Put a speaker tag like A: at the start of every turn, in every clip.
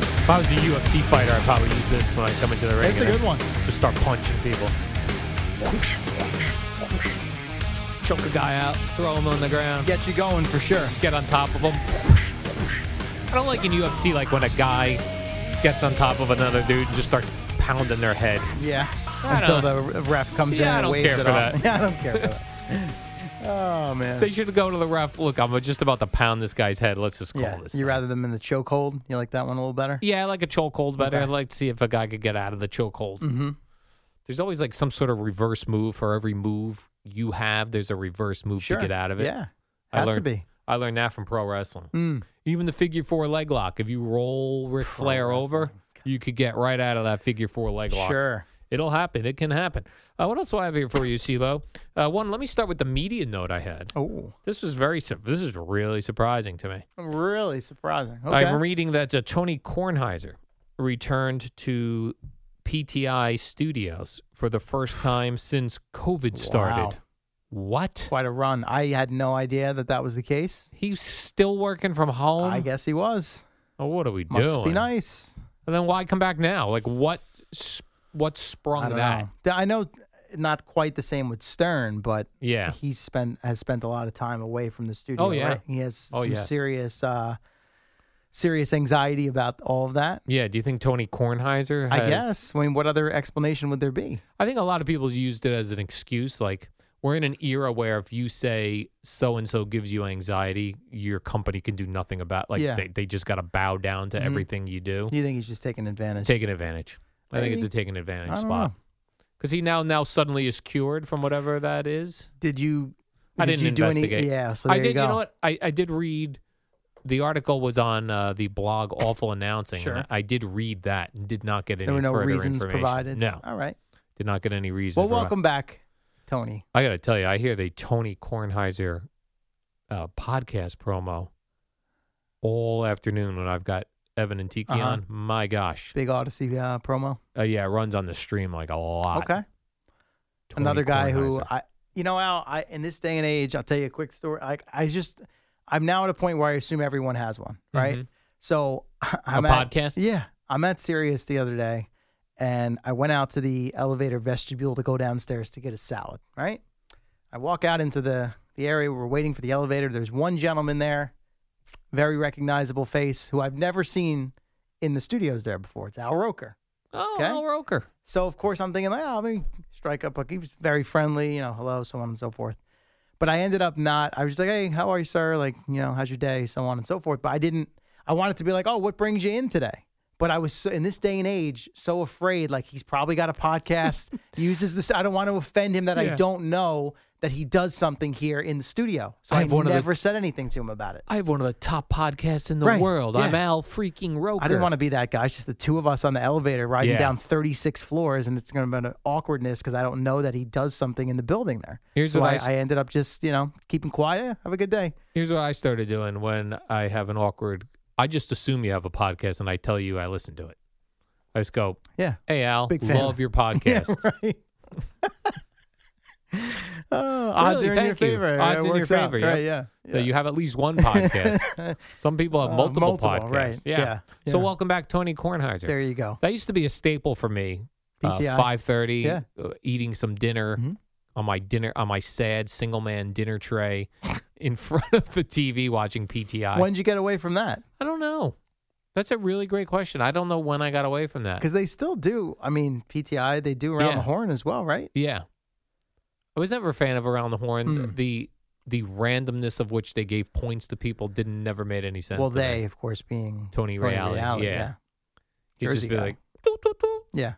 A: If I was a UFC fighter, I'd probably use this when I come into the ring.
B: That's a
A: and
B: good one.
A: Just start punching people. Choke a guy out, throw him on the ground, get,
B: Get you going for sure.
A: get on top of him. I don't like in UFC like when a guy gets on top of another dude and just starts pounding their head.
B: Yeah.
A: I
B: Until
A: don't-
B: the ref comes
A: Yeah, I don't
B: in and waves
A: care
B: it
A: for
B: off.
A: that.
B: Yeah, I don't care for that. Oh man.
A: They should go to the ref. Look, I'm just about to pound this guy's head. Let's just call
B: yeah.
A: this.
B: You
A: thing."
B: rather them in the chokehold? You like that one a little better?
A: Yeah, I like a chokehold better. I'd like to see if a guy could get out of the chokehold. Mm-hmm. There's always like some sort of reverse move for every move you have. There's a reverse move to get out of it.
B: Yeah.
A: I
B: Has
A: learned,
B: to be. Mm.
A: I learned that from pro wrestling. Even the figure four leg lock. If you roll Ric Flair over, you could get right out of that figure four leg lock.
B: Sure.
A: It'll happen. It can happen. Uh, what else do I have here for you, CeeLo? Uh, one, let me start with the media note I had.
B: Oh,
A: This was very, sur- this is really surprising to me.
B: really surprising. Okay.
A: I'm reading that uh, Tony Kornheiser returned to PTI Studios for the first time since COVID started.
B: Wow.
A: What?
B: Quite a run. I had no idea that that was the case.
A: He's still working from home?
B: I guess he was.
A: Oh, what are we
B: Must
A: doing?
B: be nice.
A: And then why come back now? Like what? s- What
B: I
A: sprung
B: don't
A: that?
B: know. Th- I know not quite the same with Stern, but
A: Yeah.
B: he spent has spent a lot of time away from the studio.
A: Oh, yeah.
B: right? he has
A: Oh,
B: some
A: yes.
B: serious uh, serious anxiety about all of that.
A: Yeah. Do you think Tony Kornheiser? Has,
B: I guess. I mean, what other explanation would there be?
A: I think a lot of people used it as an excuse. Like we're in an era where if you say so and so gives you anxiety, your company can do nothing about. Like
B: Yeah. Mm-hmm.
A: they, they just got to bow down to everything you do.
B: You think he's just taking advantage?
A: Taking advantage. I think it's a
B: Maybe.
A: taking advantage
B: I don't
A: spot. Because he now now suddenly is cured from whatever that is.
B: did you?
A: I
B: did
A: didn't
B: you do
A: investigate.
B: Any, yeah, so
A: I
B: there
A: did.
B: You, go.
A: know what? I, I did read. The article was on uh, the blog Awful Announcing.
B: Sure.
A: And I did read that and did not get any
B: There were no
A: further
B: reasons
A: information.
B: provided.
A: No,
B: All right.
A: did not get any reason.
B: Well,
A: provi-
B: welcome back, Tony.
A: I got to tell you, I hear the Tony Kornheiser uh, podcast promo all afternoon when I've got Evan and Tiki
B: Uh-huh.
A: on. My gosh.
B: Big Odyssey uh, promo.
A: Uh, yeah, it runs on the stream like a lot.
B: Okay.
A: Tony
B: another guy who
A: Kornheiser.
B: I, you know, Al, I in this day and age, I'll tell you a quick story. Like I just, I'm now at a point where I assume everyone has one, right?
A: Mhm.
B: So I'm at,
A: podcast?
B: Yeah, I'm at Sirius the other day, and I went out to the elevator vestibule to go downstairs to get a salad. Right, I walk out into the the area where we're waiting for the elevator. There's one gentleman there, very recognizable face who I've never seen in the studios there before. It's Al Roker.
A: Oh,
B: Okay.
A: Al Roker.
B: So of course I'm thinking like, oh, I mean, strike up. Like he was very friendly, you know, hello, so on and so forth. But I ended up not. I was just like, hey, how are you, sir? Like, you know, how's your day, so on and so forth. But I didn't. I wanted to be like, oh, what brings you in today? But I was so, in this day and age so afraid. Like he's probably got a podcast. uses this. I don't want to offend him that I
A: Yeah.
B: don't know that he does something here in the studio. So
A: I
B: I,
A: have one of the-
B: never said anything to him about it.
A: I have one of the top podcasts in the
B: Right,
A: world. I'm
B: yeah.
A: Al freaking Roker.
B: I didn't want to be that guy. It's just the two of us on the elevator riding
A: Yeah.
B: down 36 floors, and it's going to be an awkwardness because I don't know that he does something in the building there.
A: Here's
B: so
A: what
B: I,
A: I s-
B: I ended up just, you know, keeping quiet. Yeah, Have a good day.
A: Here's what I started doing when I have an awkward. I just assume you have a podcast and I tell you I listen to it. I just go,
B: Yeah.
A: hey, Al,
B: Big fan.
A: love your podcast.
B: Yeah, right. oh, odds
A: Really?
B: are in your
A: Thank you.
B: favor.
A: Odds
B: it
A: in your
B: works out.
A: favor, yep.
B: Right, yeah.
A: So you have at least one podcast. Some people have
B: Uh,
A: multiple,
B: multiple,
A: podcasts.
B: right.
A: Yeah.
B: Yeah,
A: So
B: yeah.
A: welcome back, Tony Kornheiser.
B: There you go.
A: That used to be a staple for me. uh,
B: PTI.
A: Five thirty,
B: Yeah. Mm-hmm.
A: uh, eating some dinner on my dinner on my sad single man dinner tray in front of the TV, watching PTI.
B: When'd you get away from that?
A: I don't know. That's a really great question. I don't know when I got away from that.
B: Because they still do. I mean, PTI, they do around
A: Uh, Yeah.
B: the horn as well, right?
A: Yeah, I was never a fan of around the horn.
B: Hmm.
A: The the randomness of which they gave points to people didn't never made any sense.
B: well,
A: to me.
B: they, of course, being
A: Tony Reale, yeah. You'd just
B: Jersey
A: be
B: guy.
A: like, "Doo, doo, doo."
B: yeah.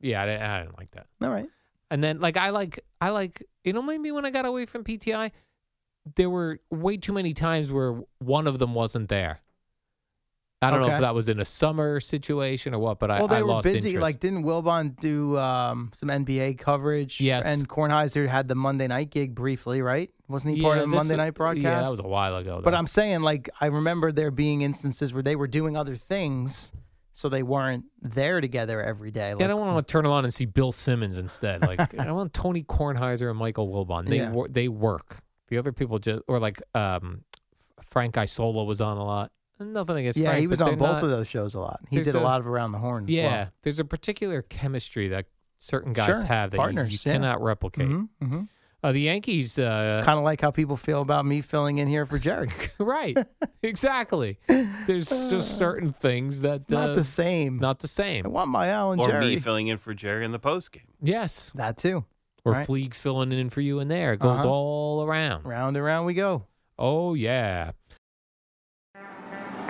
A: yeah, I didn't, I didn't like that.
B: Yeah. All right.
A: And then like I like I like you know maybe when I got away from PTI, there were way too many times where one of them wasn't there. I don't know
B: Okay.
A: if that was in a summer situation or what, but I,
B: well, they
A: I
B: were
A: lost
B: busy.
A: interest.
B: Like, didn't Wilbon do um, some NBA coverage?
A: Yes.
B: And Kornheiser had the Monday night gig briefly, right? Wasn't he
A: Yeah,
B: part of
A: this-
B: the Monday night broadcast?
A: Yeah, that was a while ago.
B: But
A: though.
B: I'm saying, like, I remember there being instances where they were doing other things, so they weren't there together every day. Like,
A: Yeah, I don't want to turn it on and see Bill Simmons instead. Like I want Tony Kornheiser and Michael Wilbon. They
B: Yeah.
A: wor- they work. The other people just or like um, Frank Isola was on a lot. Nothing against
B: yeah,
A: Frank.
B: he was
A: but
B: on
A: they're
B: both
A: not-
B: of those shows a lot. He
A: there's
B: did a,
A: a-
B: lot of Around the Horn. as well.
A: Yeah, there's a particular chemistry that certain guys
B: Sure,
A: have that you- you,
B: partners, yeah.
A: cannot replicate.
B: Mhm, mhm.
A: Uh, the Yankees, uh,
B: Kind of like how people feel about me filling in here for Jerry.
A: right? exactly. There's just certain things that uh,
B: Uh, Not the same.
A: not the same.
B: I want my Alan
C: Or
B: Jerry.
C: me filling in for Jerry in the postgame.
A: yes,
B: that too.
A: or
B: Right.
A: Fleeg's filling in for you in there. It goes
B: Uh-huh.
A: all around.
B: Round and round we go.
A: Oh yeah.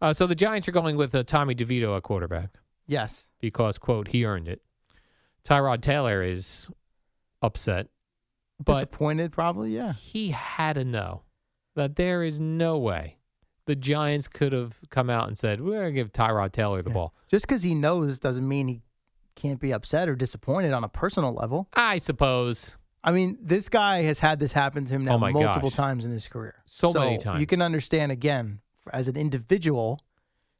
A: Uh, so the Giants are going with uh, Tommy DeVito at quarterback
B: Yes.
A: because, quote, he earned it. Tyrod Taylor is upset, but
B: Disappointed, probably. Yeah.
A: he had to know that there is no way the Giants could have come out and said, we're going to give Tyrod Taylor the ball.
B: Just because he knows doesn't mean he can't be upset or disappointed on a personal level.
A: I suppose.
B: I mean, this guy has had this happen to him now
A: Oh my
B: multiple
A: gosh.
B: times in his career.
A: So many
B: You
A: times.
B: can understand again f- as an individual.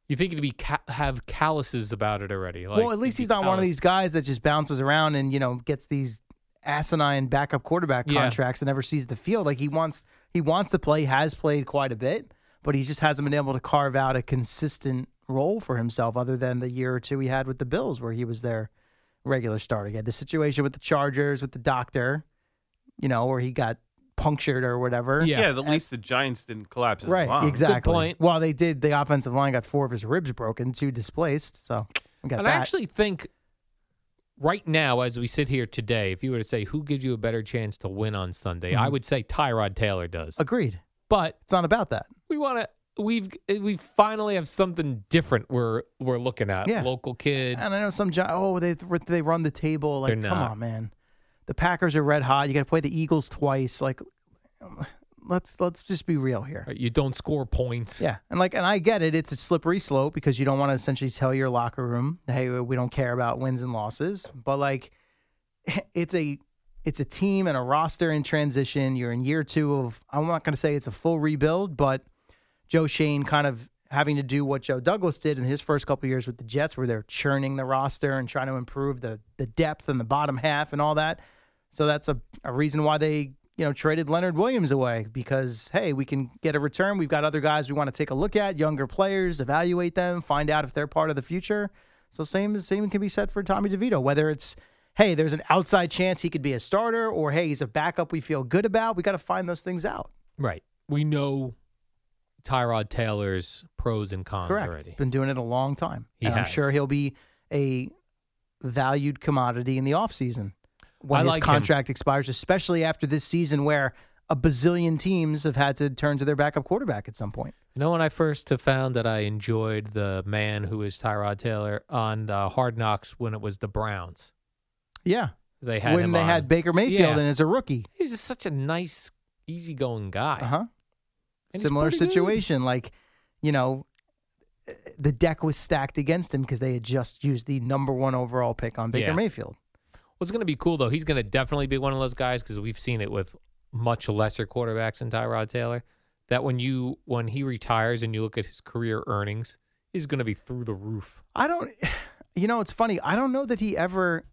A: You think he'd be ca- have calluses about it already? Like,
B: well, at least
A: he'd
B: he's
A: be
B: not one of these
A: calloused.
B: guys that just bounces around and you know gets these asinine backup quarterback
A: Yeah.
B: contracts and never sees the field. Like he wants, he wants to play, has played quite a bit, but he just hasn't been able to carve out a consistent role for himself other than the year or two he had with the Bills where he was their regular starter. He had the situation with the Chargers with the doctor, you know, where he got punctured or whatever.
A: Yeah.
C: Yeah, at least the Giants didn't collapse. as
B: Right,
C: well.
B: exactly.
A: point.
B: Well, they did. The offensive line got four of his ribs broken, two displaced. So we got
A: And
B: that.
A: I actually think right now, as we sit here today, if you were to say who gives you a better chance to win on Sunday,
B: Mm-hmm.
A: I would say Tyrod Taylor does.
B: Agreed.
A: But
B: It's not about that.
A: we want to we've we finally have something different we're we're looking at
B: Yeah.
A: local kid
B: And I know some Gi- oh they they run the table like
A: They're
B: come
A: not.
B: on man, the Packers are red hot. You got to play the Eagles twice. Like let's let's just be real here.
A: you don't score points
B: Yeah, and like and I get it. It's a slippery slope because you don't want to essentially tell your locker room, hey, we don't care about wins and losses. But like, it's a it's a team and a roster in transition. You're in year two of I'm not going to say it's a full rebuild, but Joe Shane kind of having to do what Joe Douglas did in his first couple years with the Jets, where they're churning the roster and trying to improve the the depth and the bottom half and all that. So that's a, a reason why they, you know, traded Leonard Williams away because hey, we can get a return. We've got other guys we want to take a look at, younger players, evaluate them, find out if they're part of the future. So same same can be said for Tommy DeVito, whether it's hey, there's an outside chance he could be a starter or hey, he's a backup we feel good about. We got to find those things out.
A: right we know tyrod taylor's pros and cons
B: Correct.
A: already
B: Been doing it a long time.
A: He
B: and I'm
A: has.
B: sure he'll be a valued commodity in the offseason when
A: I
B: his
A: like him.
B: contract expires, especially after this season where a bazillion teams have had to turn to their backup quarterback at some point.
A: you know when i first found that i enjoyed the man who is tyrod taylor on the hard knocks when it was the browns
B: Yeah.
A: they had
B: when
A: him
B: they
A: on.
B: had Baker Mayfield
A: Yeah.
B: in as a rookie.
A: he was just such a nice easygoing guy
B: Uh huh.
A: And he's
B: Similar
A: pretty good.
B: situation. Like, you know, the deck was stacked against him because they had just used the number one overall pick on Baker
A: Yeah.
B: Mayfield.
A: What's going to be cool though, he's going to definitely be one of those guys because we've seen it with much lesser quarterbacks than Tyrod Taylor. That when you when he retires and you look at his career earnings, is going to be through the roof.
B: I don't. You know, it's funny. I don't know that he ever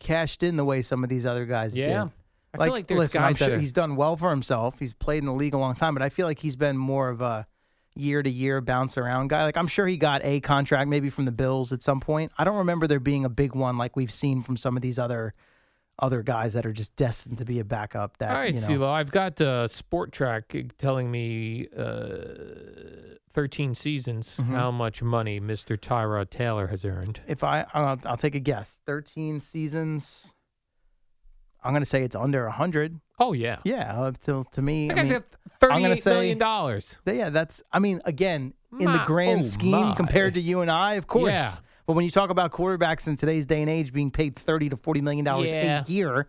B: cashed in the way some of these other guys did.
A: Yeah. I feel like there's
B: listen, I'm
A: guys that
B: sure
A: are-
B: he's done well for himself. He's played in the league a long time, but I feel like he's been more of a year to year bounce around guy. Like I'm sure he got a contract maybe from the Bills at some point. I don't remember there being a big one like we've seen from some of these other other guys that are just destined to be a backup. That
A: All right,
B: you know,
A: CeeLo, I've got uh, Sport Track telling me uh, 13 seasons
B: Mm-hmm.
A: how much money Mr. Tyrod Taylor has earned.
B: if I I'll, I'll take a guess, thirteen seasons. I'm gonna say it's under hundred.
A: Oh, yeah.
B: Yeah, up till to me.
A: That
B: I
A: guy's
B: mean,
A: got
B: I'm gonna
A: $38
B: say-
A: million. dollars.
B: th- yeah, that's. I mean, again, in the
A: My-
B: grand
A: oh
B: scheme
A: my.
B: compared to you and I, of course.
A: Yeah.
B: But when you talk about quarterbacks in today's day and age being paid thirty to forty million dollars
A: Yeah.
B: a year,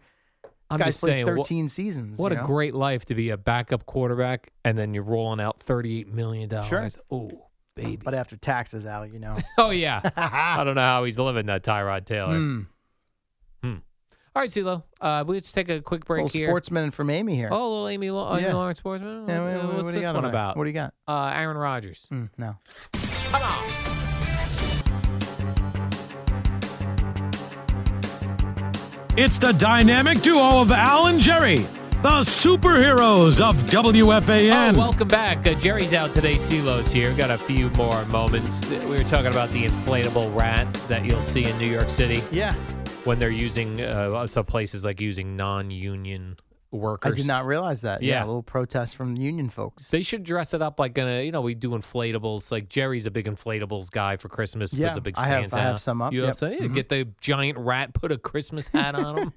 A: I'm
B: guys
A: just
B: played
A: saying, wha-
B: thirteen seasons.
A: what
B: you
A: a
B: know?
A: great life to be a backup quarterback, and then you're rolling out $38 million. Oh, baby.
B: But after taxes out, you know.
A: Oh, yeah. I don't know how he's living that Tyrod Taylor.
B: Hmm.
A: All right, CeeLo, uh, we'll just take a quick break
B: Little
A: here.
B: sportsman from Amy here.
A: Oh, little Amy, Lo- Amy
B: Yeah.
A: Lawrence Sportsman? What-
B: Yeah, what- what-
A: What's
B: what do you
A: this
B: got
A: one
B: on that?
A: about?
B: What do you got?
A: uh, Aaron Rodgers.
B: Hmm, no.
D: It's the dynamic duo of Al and Jerry, the superheroes of WFAN.
A: Oh, welcome back. Uh, Jerry's out today. CeeLo's here. Got a few more moments. Uh, We were talking about the inflatable rat that you'll see in New York City
B: Yeah,
A: when they're using, uh, so places like using non union
B: I
A: workers.
B: did not realize that.
A: Yeah.
B: a little protest from the union folks.
A: They should dress it up like, a, you know, we do inflatables. Like Jerry's a big inflatables guy for Christmas.
B: Yeah,
A: was a big
B: I have-
A: Santa.
B: I have some up,
A: You have
B: yep. Mm-hmm.
A: some? Yeah, Get the giant rat, put a Christmas hat on him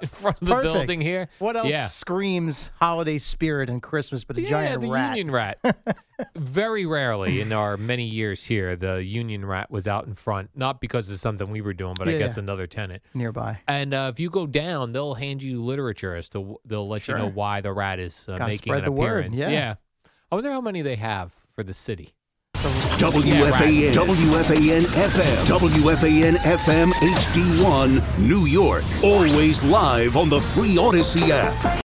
A: in front of the
B: Perfect.
A: building here.
B: What else
A: Yeah.
B: screams holiday spirit and Christmas but a
A: yeah,
B: giant
A: the
B: rat?
A: union rat. Very rarely in our many years here, the union rat was out in front, not because of something we were doing, but I
B: Yeah,
A: guess
B: yeah.
A: another tenant.
B: nearby.
A: And uh, if you go down, they'll hand you literature as to they'll let you know
B: Sure.
A: why the rat is uh,
B: Gotta
A: making
B: spread
A: an
B: the word,
A: appearance.
B: yeah.
A: I wonder how many they have for the city.
E: WFAN, WFAN FM, WFAN FM HD1, New York. Always live on the free Odyssey app.